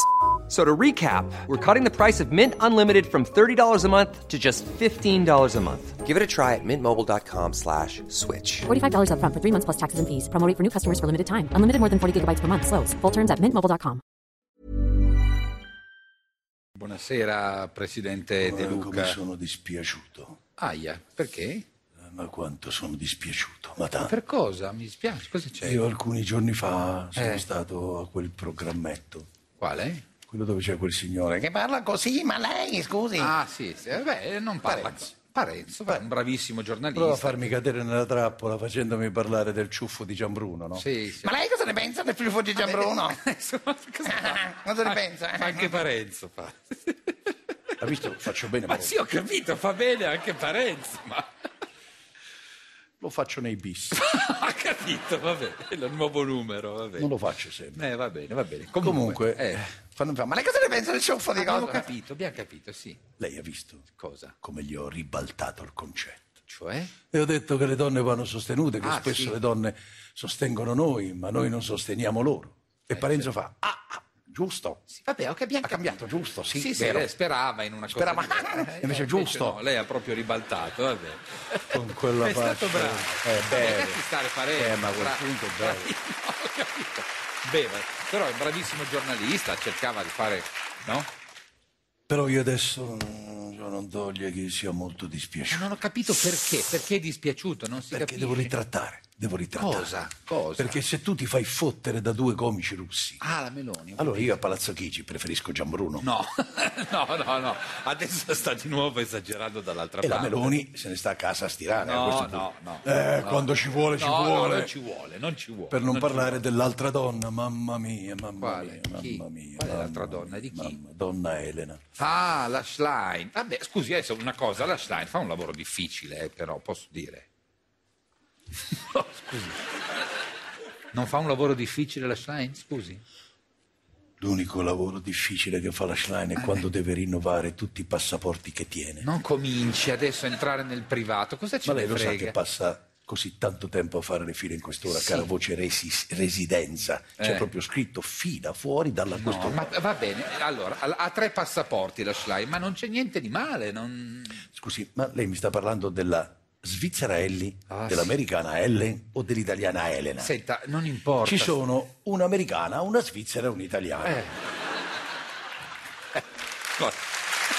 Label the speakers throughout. Speaker 1: f- So to recap, we're cutting the price of Mint Unlimited from $30 a month to just $15 a month. Give it a try at mintmobile.com slash switch.
Speaker 2: $45 up front for three months plus taxes and fees. Promoting for new customers for limited time. Unlimited more than 40 gigabytes per month. Slows. Full terms at mintmobile.com.
Speaker 3: Buonasera Presidente De
Speaker 4: Ma Come
Speaker 3: Luca.
Speaker 4: sono dispiaciuto. eh,
Speaker 3: Aia, perché?
Speaker 4: Ma quanto sono dispiaciuto. Ma tanto. Cioè,
Speaker 3: Per cosa? Mi dispiace, cosa c'è?
Speaker 4: Io alcuni giorni fa sono
Speaker 3: Eh.
Speaker 4: stato a quel programmetto,
Speaker 3: Quale?
Speaker 4: quello dove c'è quel signore che parla così, ma lei, scusi.
Speaker 3: Ah sì, sì, eh, beh, non parla.
Speaker 4: Parenzo.
Speaker 3: Parenzo, beh, un bravissimo
Speaker 4: Prova a
Speaker 3: giornalista.
Speaker 4: farmi cadere nella trappola facendomi parlare del ciuffo di Gianbruno, no?
Speaker 3: Sì, sì.
Speaker 4: Ma lei cosa ne pensa del ciuffo di Gianbruno?
Speaker 3: Insomma, cosa fa?
Speaker 4: cosa ne pensa?
Speaker 3: Ma Anche Parenzo fa.
Speaker 4: Ha visto? Faccio bene,
Speaker 3: Ma
Speaker 4: proprio.
Speaker 3: sì, ho capito, fa bene anche Parenzo, ma
Speaker 4: lo faccio nei bis,
Speaker 3: ha capito, va bene, è il nuovo numero, va bene.
Speaker 4: non lo faccio sempre.
Speaker 3: Eh, va bene, va bene. Comunque,
Speaker 4: Comunque,
Speaker 3: eh,
Speaker 4: quando mi fa, ma lei cosa ne pensa del ciuffo di
Speaker 3: abbiamo
Speaker 4: cosa?
Speaker 3: capito, abbiamo capito, sì.
Speaker 4: Lei ha visto
Speaker 3: Cosa?
Speaker 4: come gli ho ribaltato il concetto.
Speaker 3: Cioè?
Speaker 4: E ho detto che le donne vanno sostenute, che
Speaker 3: Ah,
Speaker 4: spesso
Speaker 3: sì.
Speaker 4: le donne sostengono noi, ma noi non sosteniamo loro.
Speaker 3: Eh,
Speaker 4: E Parenzo fa, ah, ah, giusto.
Speaker 3: Sì, vabbè, ho capi-
Speaker 4: Ha cambiato, giusto? Sì,
Speaker 3: Sì, sì,
Speaker 4: vero.
Speaker 3: lei sperava in una cosa.
Speaker 4: Sperava.
Speaker 3: diversa.
Speaker 4: Invece giusto.
Speaker 3: no, lei ha proprio ribaltato, va bene.
Speaker 4: Con quella
Speaker 3: È stato
Speaker 4: faccia.
Speaker 3: bravo.
Speaker 4: Eh, bene.
Speaker 3: Ma lasci stare Parenzo,
Speaker 4: Eh, ma a quel
Speaker 3: bra-
Speaker 4: punto è
Speaker 3: bra-
Speaker 4: bravo.
Speaker 3: No, ho capito. Beh, ma- però è un bravissimo giornalista, cercava di fare, no?
Speaker 4: Però io adesso mm, io non toglie che sia molto dispiaciuto.
Speaker 3: Non ho capito perché, perché è dispiaciuto, non si
Speaker 4: Perché
Speaker 3: capisce.
Speaker 4: devo ritrattare, devo ritrattare.
Speaker 3: Cosa? Cosa?
Speaker 4: Perché se tu ti fai fottere da due comici russi,
Speaker 3: Ah, la Meloni.
Speaker 4: allora io a Palazzo Chigi preferisco Gianbruno.
Speaker 3: No, no, no, no. Adesso sta di nuovo esagerando dall'altra
Speaker 4: E la
Speaker 3: parte.
Speaker 4: Meloni se ne sta a casa a stirare.
Speaker 3: Esatto.
Speaker 4: a
Speaker 3: No,
Speaker 4: questo
Speaker 3: no,
Speaker 4: punto.
Speaker 3: no.
Speaker 4: Eh,
Speaker 3: No.
Speaker 4: quando ci vuole, ci
Speaker 3: No, no,
Speaker 4: vuole.
Speaker 3: non ci vuole, non ci vuole.
Speaker 4: Per non,
Speaker 3: ci
Speaker 4: parlare dell'altra donna, mamma mia, mamma
Speaker 3: Quale?
Speaker 4: mia,
Speaker 3: Chi?
Speaker 4: mamma mia.
Speaker 3: Qual è
Speaker 4: mamma
Speaker 3: l'altra
Speaker 4: mia,
Speaker 3: donna? Di chi?
Speaker 4: mamma- donna Elena.
Speaker 3: Ah, la Schlein. Vabbè, scusi, adesso una cosa, la Schlein fa un lavoro difficile, eh, però, posso dire. No, scusi. Non fa un lavoro difficile la Schlein, scusi?
Speaker 4: L'unico lavoro difficile che fa la Schlein è quando deve rinnovare tutti i passaporti che tiene.
Speaker 3: Eh. Non cominci adesso a entrare nel privato, cosa ci
Speaker 4: Ma lei lo sa
Speaker 3: frega?
Speaker 4: che passa così tanto tempo a fare le file in quest'ora, cara voce resi- residenza. C'è
Speaker 3: Eh.
Speaker 4: proprio scritto fila fuori dalla
Speaker 3: No,
Speaker 4: quest'ora.
Speaker 3: ma va bene, allora, ha- ha tre passaporti la Schlein, ma non c'è niente di male, non...
Speaker 4: Scusi, ma lei mi sta parlando della Svizzera Ellie,
Speaker 3: Ah,
Speaker 4: dell'americana Ellen o dell'italiana Elena?
Speaker 3: Senta, non importa.
Speaker 4: Ci sono un'americana, una svizzera e un'italiana.
Speaker 3: Eh. Cosa?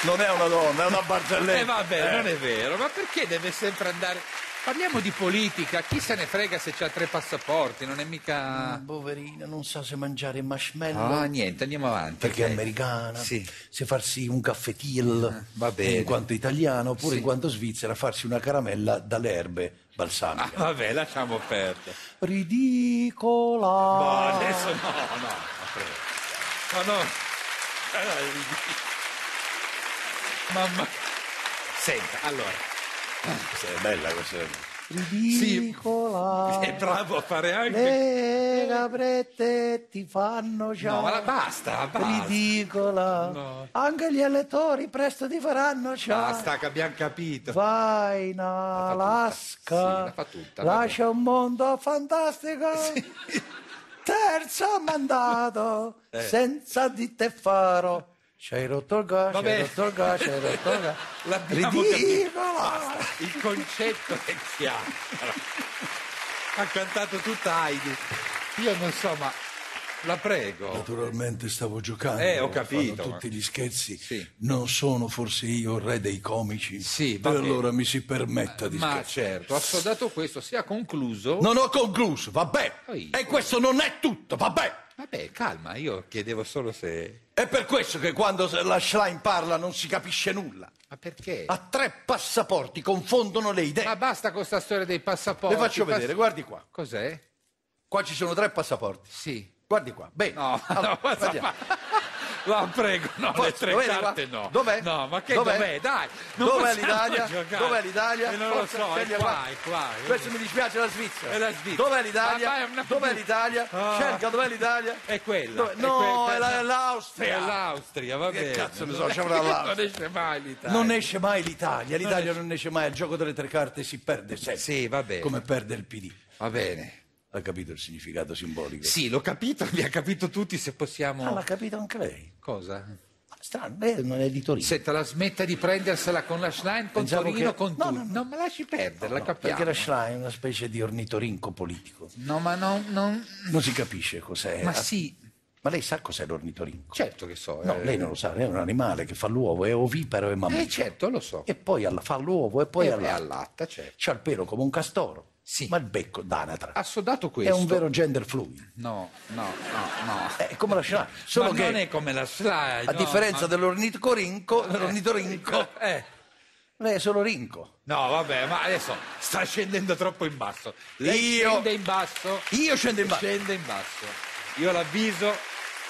Speaker 4: Non è una donna, è una barzelletta.
Speaker 3: Eh vabbè,
Speaker 4: Eh.
Speaker 3: non è vero, ma perché deve sempre andare... Parliamo di politica, chi se ne frega se c'ha tre passaporti, non è mica...
Speaker 4: Poverina, non sa se mangiare marshmallow.
Speaker 3: Ah, niente, andiamo avanti.
Speaker 4: Perché è
Speaker 3: ok.
Speaker 4: americana,
Speaker 3: Sì. Eh,
Speaker 4: se farsi un caffetil
Speaker 3: va bene.
Speaker 4: in quanto italiana, oppure
Speaker 3: Sì.
Speaker 4: in quanto svizzera, farsi una caramella dalle erbe
Speaker 3: Ah,
Speaker 4: balsamiche.
Speaker 3: vabbè, lasciamo perdere.
Speaker 4: Ridicola!
Speaker 3: No, adesso no, no, ma prego. Ma no. Allora, il- Mamma. Senta, allora,
Speaker 4: Questa è bella questa.
Speaker 3: Ridicola. è bravo a fare anche...
Speaker 4: Le caprette ti fanno ciao.
Speaker 3: No, ma la- basta, basta.
Speaker 4: Ridicola.
Speaker 3: No.
Speaker 4: Anche gli elettori presto ti faranno ciao.
Speaker 3: Basta che abbiamo capito.
Speaker 4: Vai in
Speaker 3: Sì,
Speaker 4: Alaska,
Speaker 3: la fa tutta,
Speaker 4: lascia un mondo fantastico. Terzo mandato,
Speaker 3: Eh.
Speaker 4: senza di te farò. C'hai rotto il gas,
Speaker 3: Vabbè.
Speaker 4: c'hai rotto il gas, c'hai rotto il gas.
Speaker 3: L'abbiamo capito.
Speaker 4: Ridicola!
Speaker 3: Basta. Il concetto è chiaro. Ha cantato tutta Heidi. Io non so, ma la prego.
Speaker 4: Naturalmente stavo giocando.
Speaker 3: Eh, ho
Speaker 4: fanno
Speaker 3: capito, ma-
Speaker 4: Tutti gli scherzi.
Speaker 3: Sì.
Speaker 4: Non sono forse io il re dei comici.
Speaker 3: Sì,
Speaker 4: E
Speaker 3: va bene.
Speaker 4: allora mi si permetta di
Speaker 3: Ma
Speaker 4: scherzare.
Speaker 3: certo, assodato questo, si è concluso.
Speaker 4: Non ho concluso, vabbè.
Speaker 3: Oi.
Speaker 4: E questo non è tutto, vabbè.
Speaker 3: Vabbè, calma, io chiedevo solo se...
Speaker 4: È per questo che quando la Schlein parla non si capisce nulla.
Speaker 3: Ma perché?
Speaker 4: Ha tre passaporti, confondono le idee.
Speaker 3: Ma basta con sta storia dei passaporti.
Speaker 4: Le faccio
Speaker 3: pass-
Speaker 4: vedere, guardi qua.
Speaker 3: Cos'è?
Speaker 4: Qua ci sono tre passaporti.
Speaker 3: Sì.
Speaker 4: Guardi qua. Bene.
Speaker 3: No,
Speaker 4: Allora,
Speaker 3: no, ma
Speaker 4: guardiamo.
Speaker 3: La prego, no,
Speaker 4: Forza,
Speaker 3: le tre
Speaker 4: dov'è la-
Speaker 3: carte no.
Speaker 4: Dov'è?
Speaker 3: No, ma che
Speaker 4: Dov'è?
Speaker 3: dov'è? Dai, non
Speaker 4: Dov'è
Speaker 3: possiamo
Speaker 4: l'Italia?
Speaker 3: giocare.
Speaker 4: Dov'è l'italia
Speaker 3: Eh, non
Speaker 4: Forza,
Speaker 3: lo so, è
Speaker 4: scegli
Speaker 3: qua, è qua.
Speaker 4: Questo mi dispiace, è la Svizzera.
Speaker 3: È la Svizzera.
Speaker 4: Dov'è l'Italia?
Speaker 3: Ma vai, è una-
Speaker 4: Dov'è l'Italia?
Speaker 3: Ah.
Speaker 4: Cerca, dov'è l'Italia?
Speaker 3: È quella.
Speaker 4: Dov'è?
Speaker 3: è
Speaker 4: No,
Speaker 3: quella-
Speaker 4: è, la- è l'Austria.
Speaker 3: È l'Austria, va
Speaker 4: Che
Speaker 3: bene.
Speaker 4: cazzo ne so, c'è una l'Austria.
Speaker 3: Non esce mai l'Italia.
Speaker 4: Non esce mai l'Italia,
Speaker 3: Non
Speaker 4: l'Italia
Speaker 3: esce.
Speaker 4: non esce mai, il gioco delle tre carte si perde sempre.
Speaker 3: Sì, va bene.
Speaker 4: Come perde il PD.
Speaker 3: Va bene.
Speaker 4: Ha capito il significato simbolico?
Speaker 3: Sì, l'ho capito, li ha capito tutti se possiamo...
Speaker 4: Ah, l'ha capito anche lei.
Speaker 3: Cosa?
Speaker 4: Ma Strano, lei non è di Torino.
Speaker 3: Senta, la smetta di prendersela con la Schlein, con
Speaker 4: Pensavo
Speaker 3: Torino,
Speaker 4: che-
Speaker 3: con
Speaker 4: No,
Speaker 3: tutti.
Speaker 4: no, no.
Speaker 3: ma lasci perdere, la
Speaker 4: No,
Speaker 3: capiamo.
Speaker 4: Perché la Schlein è una specie di ornitorinco politico.
Speaker 3: No, ma non... non-
Speaker 4: Non si capisce cos'è.
Speaker 3: Ma sì,
Speaker 4: Ma lei sa cos'è l'ornitorinco?
Speaker 3: certo che so.
Speaker 4: No,
Speaker 3: eh.
Speaker 4: lei non lo sa, lei è un animale che fa l'uovo, è oviparo e mammifero.
Speaker 3: Eh, certo, lo so.
Speaker 4: E poi alla- fa l'uovo e poi
Speaker 3: E- e
Speaker 4: alla...
Speaker 3: allatta, certo.
Speaker 4: C'ha il pelo come un castoro,
Speaker 3: Sì.
Speaker 4: ma il becco d'anatra.
Speaker 3: Ha sodato
Speaker 4: È
Speaker 3: questo.
Speaker 4: un vero gender fluid.
Speaker 3: No, no, no, no.
Speaker 4: È come la Schlein. Solo
Speaker 3: ma
Speaker 4: che...
Speaker 3: non è come la slide.
Speaker 4: A differenza dell'ornitorinco, l'ornitorinco
Speaker 3: Eh.
Speaker 4: lei è solo rinco.
Speaker 3: No, vabbè, ma adesso sta scendendo troppo in basso. Lei
Speaker 4: Io-
Speaker 3: scende in basso.
Speaker 4: Io scendo in basso.
Speaker 3: Scende in basso. Io l'avviso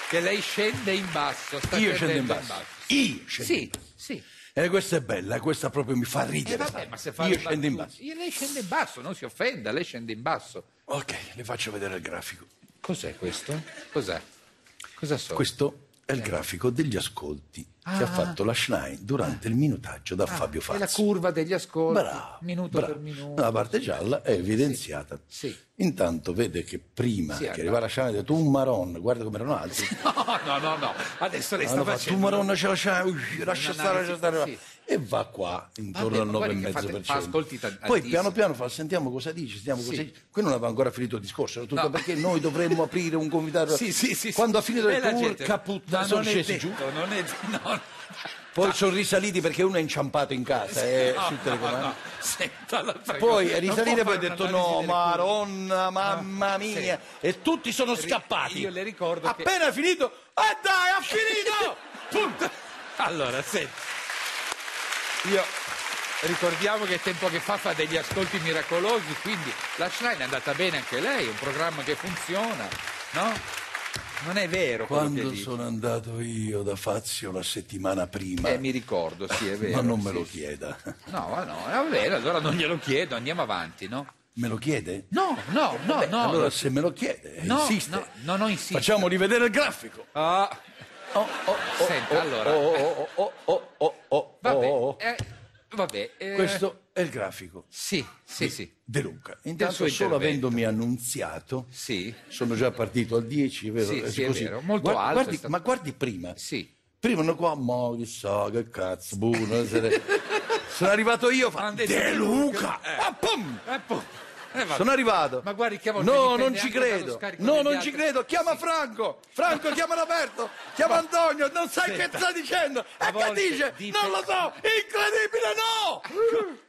Speaker 3: che lei scende in basso. Sta
Speaker 4: Io scendo
Speaker 3: scendendo
Speaker 4: in basso. Io scendo in
Speaker 3: Sì,
Speaker 4: basso.
Speaker 3: sì.
Speaker 4: E questa è bella, questa proprio mi fa
Speaker 3: Eh,
Speaker 4: ridere.
Speaker 3: vabbè,
Speaker 4: sai.
Speaker 3: ma se fa
Speaker 4: Io
Speaker 3: le
Speaker 4: scendo in basso.
Speaker 3: battute- Lei scende in basso, non si offenda, lei scende in basso.
Speaker 4: Ok, le faccio vedere il grafico.
Speaker 3: Cos'è questo? Cos'è? Cosa so?
Speaker 4: Questo è il
Speaker 3: Eh.
Speaker 4: grafico degli ascolti che ha fatto la Schnein durante il minutaggio da Fabio
Speaker 3: È Ah. la
Speaker 4: Fazio.
Speaker 3: curva degli ascolti,
Speaker 4: Bravo,
Speaker 3: minuto
Speaker 4: bravo.
Speaker 3: per minuto.
Speaker 4: La parte gialla è evidenziata.
Speaker 3: Sì.
Speaker 4: Intanto vede che prima
Speaker 3: Sì,
Speaker 4: che
Speaker 3: allora.
Speaker 4: arriva la Schnein ha detto un maron, guarda come erano alti.
Speaker 3: No, no, no, no. Adesso lei sta
Speaker 4: Hanno fatto, tu
Speaker 3: facendo...
Speaker 4: Maronna ce la c'hai, ui, lascia
Speaker 3: Una
Speaker 4: stare, lascia
Speaker 3: analisi,
Speaker 4: stare.
Speaker 3: sì.
Speaker 4: E va qua,
Speaker 3: Vabbè,
Speaker 4: intorno
Speaker 3: ma
Speaker 4: al
Speaker 3: guardi che
Speaker 4: 9,5%.
Speaker 3: fate- fa ascolti tan-
Speaker 4: Poi
Speaker 3: tantissimo.
Speaker 4: piano piano fa, sentiamo cosa dice, sentiamo
Speaker 3: Sì.
Speaker 4: cosa dice. Qui non aveva ancora finito il discorso, era tutto
Speaker 3: No.
Speaker 4: perché noi dovremmo aprire un comitato.
Speaker 3: Sì, sì, sì.
Speaker 4: Quando ha
Speaker 3: sì.
Speaker 4: finito
Speaker 3: E
Speaker 4: il
Speaker 3: la
Speaker 4: tour,
Speaker 3: gente-
Speaker 4: caputta,
Speaker 3: Ma
Speaker 4: sono
Speaker 3: non è
Speaker 4: scesi
Speaker 3: detto,
Speaker 4: giù.
Speaker 3: Non è... No,
Speaker 4: Poi sono risaliti perché uno è inciampato in casa eh,
Speaker 3: no,
Speaker 4: sul
Speaker 3: no,
Speaker 4: telecomando.
Speaker 3: no. Senta, la prego.
Speaker 4: Poi è
Speaker 3: ah, Non
Speaker 4: risalito e
Speaker 3: può
Speaker 4: poi ha
Speaker 3: fare
Speaker 4: detto
Speaker 3: un'analisi delle
Speaker 4: no,
Speaker 3: curve.
Speaker 4: Maronna, mamma mia. E tutti sono scappati.
Speaker 3: io le ricordo che-
Speaker 4: Appena è finito, eh dai, ha finito! Punto.
Speaker 3: Allora, senti. Io... Ricordiamo che tempo che fa fa degli ascolti miracolosi, quindi la Schlein è andata bene anche lei, è un programma che funziona, no? Non è vero quello che
Speaker 4: Quando
Speaker 3: dice.
Speaker 4: sono andato io da Fazio la settimana prima,
Speaker 3: Eh, mi ricordo, sì, è vero.
Speaker 4: ma non me
Speaker 3: sì,
Speaker 4: lo
Speaker 3: sì.
Speaker 4: chieda.
Speaker 3: No, ma no, va bene, allora non glielo chiedo, andiamo avanti, no?
Speaker 4: Me lo chiede?
Speaker 3: No, no, no, no.
Speaker 4: allora se me lo chiede,
Speaker 3: No,
Speaker 4: insiste.
Speaker 3: no, no, no, insisto.
Speaker 4: Facciamo rivedere il grafico.
Speaker 3: Ah,
Speaker 4: Oh, oh, oh,
Speaker 3: Senta,
Speaker 4: oh,
Speaker 3: allora. eh,
Speaker 4: Oh, oh, oh, oh, oh, oh,
Speaker 3: vabbè,
Speaker 4: oh, oh.
Speaker 3: eh, vabbè. eh,
Speaker 4: Questo è il grafico
Speaker 3: Sì, sì, sì,
Speaker 4: De Luca.
Speaker 3: suo
Speaker 4: Intanto solo
Speaker 3: intervento.
Speaker 4: avendomi annunziato
Speaker 3: sì,
Speaker 4: sono già partito al 10, vero?
Speaker 3: Sì,
Speaker 4: Eh,
Speaker 3: sì, è
Speaker 4: così.
Speaker 3: vero, molto
Speaker 4: Guarda-
Speaker 3: alto
Speaker 4: guardi-
Speaker 3: è stato.
Speaker 4: Ma guardi prima,
Speaker 3: sì.
Speaker 4: Prima uno qua, ma chissà che cazzo, buono. se ne- Sono arrivato io, fa,
Speaker 3: Hanno detto
Speaker 4: De
Speaker 3: De
Speaker 4: Luca!
Speaker 3: Luca".
Speaker 4: Ah, pum!
Speaker 3: Eh, po- eh, vabbè.
Speaker 4: Sono arrivato.
Speaker 3: Ma guardi che a volte
Speaker 4: No,
Speaker 3: dipende
Speaker 4: non ci
Speaker 3: anche dallo
Speaker 4: credo.
Speaker 3: scarico
Speaker 4: No,
Speaker 3: degli
Speaker 4: non ci
Speaker 3: altri.
Speaker 4: credo. Chiama Franco. Franco, chiama Roberto. Chiama Antonio. Non sai che
Speaker 3: Senta.
Speaker 4: sta dicendo.
Speaker 3: A
Speaker 4: E che
Speaker 3: volte
Speaker 4: dice?
Speaker 3: dipende-
Speaker 4: Non lo so. Incredibile, no!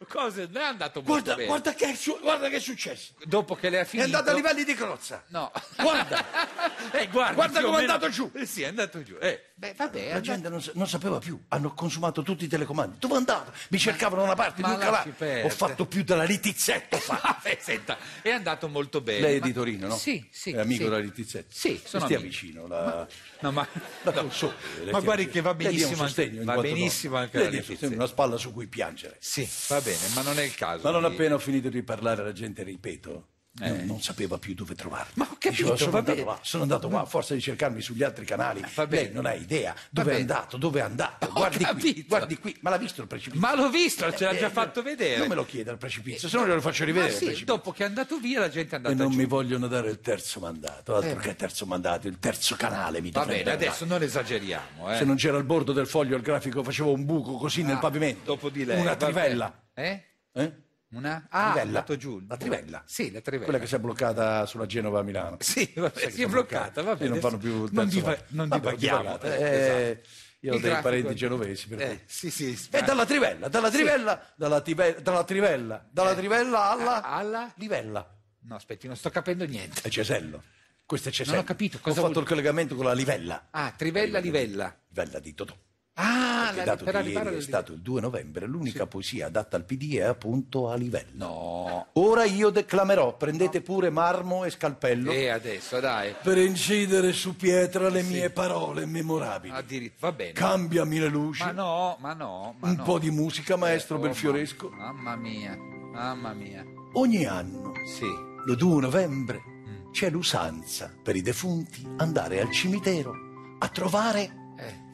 Speaker 3: Cose, non è andato molto
Speaker 4: Guarda,
Speaker 3: bene.
Speaker 4: guarda, che è su- guarda che è successo.
Speaker 3: Dopo che lei ha
Speaker 4: È
Speaker 3: finito...
Speaker 4: andato a livelli di crozza.
Speaker 3: No.
Speaker 4: Guarda.
Speaker 3: eh, guarda,
Speaker 4: Guarda
Speaker 3: più o
Speaker 4: com'è
Speaker 3: meno-
Speaker 4: andato giù.
Speaker 3: Eh, sì, è andato giù. Eh, beh, vabbè, è
Speaker 4: La
Speaker 3: andato-
Speaker 4: gente non, sa- non sapeva più, hanno consumato tutti i telecomandi. Dove andavo? Mi cercavano una parte,
Speaker 3: ma
Speaker 4: l'altra
Speaker 3: lasci
Speaker 4: là. Ho
Speaker 3: perdere.
Speaker 4: fatto più della litizzetto. fa.
Speaker 3: Vabbè, senta, è andato molto bene.
Speaker 4: Lei è
Speaker 3: ma-
Speaker 4: di Torino, no?
Speaker 3: Sì, sì.
Speaker 4: È amico
Speaker 3: sì.
Speaker 4: della Littizzetti?
Speaker 3: Sì, sono
Speaker 4: Stia
Speaker 3: amico.
Speaker 4: vicino, la,
Speaker 3: No, ma...
Speaker 4: la
Speaker 3: no.
Speaker 4: console,
Speaker 3: Ma
Speaker 4: le chiamo.
Speaker 3: guardi che va
Speaker 4: Le dia un
Speaker 3: benissimo anche-
Speaker 4: sostegno in
Speaker 3: va
Speaker 4: quanto donna.
Speaker 3: benissimo anche
Speaker 4: Le
Speaker 3: la
Speaker 4: dia un
Speaker 3: Littizzetti.
Speaker 4: sostegno, Una spalla su cui piangere.
Speaker 3: Sì, va bene, ma non è il caso.
Speaker 4: Ma non
Speaker 3: di-
Speaker 4: appena ho finito di parlare la gente, ripeto, non, non sapeva più dove trovarmi.
Speaker 3: Eh. Ma ho capito,
Speaker 4: Diceva, sono
Speaker 3: va
Speaker 4: andato
Speaker 3: bene.
Speaker 4: là, sono andato qua, forse di cercarmi sugli altri canali.
Speaker 3: Va bene.
Speaker 4: Lei non ha idea dove è
Speaker 3: bene.
Speaker 4: andato, dove è andato.
Speaker 3: Ho
Speaker 4: Guardi qui,
Speaker 3: capito.
Speaker 4: guardi qui. Ma l'ha visto il precipizio?
Speaker 3: Ma l'ho visto, ce l'ha
Speaker 4: Eh,
Speaker 3: già
Speaker 4: eh,
Speaker 3: fatto vedere.
Speaker 4: Non me lo chieda il precipizio, se no glielo faccio
Speaker 3: Ma
Speaker 4: rivedere. il
Speaker 3: sì,
Speaker 4: precipizio.
Speaker 3: dopo che è andato via la gente è
Speaker 4: E
Speaker 3: andata
Speaker 4: non
Speaker 3: giù.
Speaker 4: mi vogliono dare il terzo mandato, altro che il terzo mandato, il terzo canale mi
Speaker 3: Va
Speaker 4: dovrebbero
Speaker 3: bene, adesso
Speaker 4: dare.
Speaker 3: non esageriamo. Eh. Ah,
Speaker 4: Se non c'era il bordo del foglio, il grafico facevo un buco così nel pavimento.
Speaker 3: Dopo di lei. va
Speaker 4: Una
Speaker 3: bene.
Speaker 4: trivella.
Speaker 3: Eh?
Speaker 4: Eh?
Speaker 3: Una? Ah,
Speaker 4: Trivella.
Speaker 3: è andato giù.
Speaker 4: La trivella.
Speaker 3: Sì, la trivella.
Speaker 4: Quella che si è bloccata sulla Genova a Milano.
Speaker 3: Sì, vabbè,
Speaker 4: Sai che
Speaker 3: si è
Speaker 4: sono
Speaker 3: bloccata,
Speaker 4: bloccati.
Speaker 3: va bene.
Speaker 4: E non fanno più il
Speaker 3: non,
Speaker 4: terzo
Speaker 3: diva-
Speaker 4: mandato.
Speaker 3: non
Speaker 4: Vabbè,
Speaker 3: divaghiamo.
Speaker 4: divagate.
Speaker 3: eh, esatto.
Speaker 4: Eh, Io ho
Speaker 3: Il
Speaker 4: dei
Speaker 3: grafico-
Speaker 4: parenti genovesi, per
Speaker 3: Eh,
Speaker 4: cui.
Speaker 3: sì, sì.
Speaker 4: E
Speaker 3: ma-
Speaker 4: dalla trivella, dalla trivella, dalla, tibe- dalla Eh. trivella, dalla trivella alla,
Speaker 3: alla-
Speaker 4: livella.
Speaker 3: No, aspetti, non sto capendo niente.
Speaker 4: E Cesello. Questa c'è
Speaker 3: Non ho
Speaker 4: sempre.
Speaker 3: capito,
Speaker 4: Ho
Speaker 3: cosa
Speaker 4: fatto
Speaker 3: vuol-
Speaker 4: il collegamento con la livella.
Speaker 3: Ah, Trivella Livella.
Speaker 4: Livella di Totò.
Speaker 3: Ah,
Speaker 4: Che
Speaker 3: la-
Speaker 4: dato
Speaker 3: per
Speaker 4: che
Speaker 3: arrivare
Speaker 4: ieri è
Speaker 3: alla-
Speaker 4: stato il 2 novembre, l'unica poesia adatta al PD è appunto a livella.
Speaker 3: No.
Speaker 4: Ora io declamerò, prendete pure marmo e scalpello
Speaker 3: E Eh, adesso, dai.
Speaker 4: per incidere su pietra le mie parole memorabili.
Speaker 3: Addiri- Va bene.
Speaker 4: Cambiami le luci,
Speaker 3: ma no, ma no, ma
Speaker 4: un
Speaker 3: no.
Speaker 4: po' di musica, maestro
Speaker 3: Oh,
Speaker 4: Belfioresco.
Speaker 3: mamma- Mamma mia, mamma mia.
Speaker 4: Ogni anno,
Speaker 3: Sì.
Speaker 4: lo 2 novembre,
Speaker 3: Mm.
Speaker 4: c'è l'usanza per i defunti andare al cimitero a trovare
Speaker 3: Eh.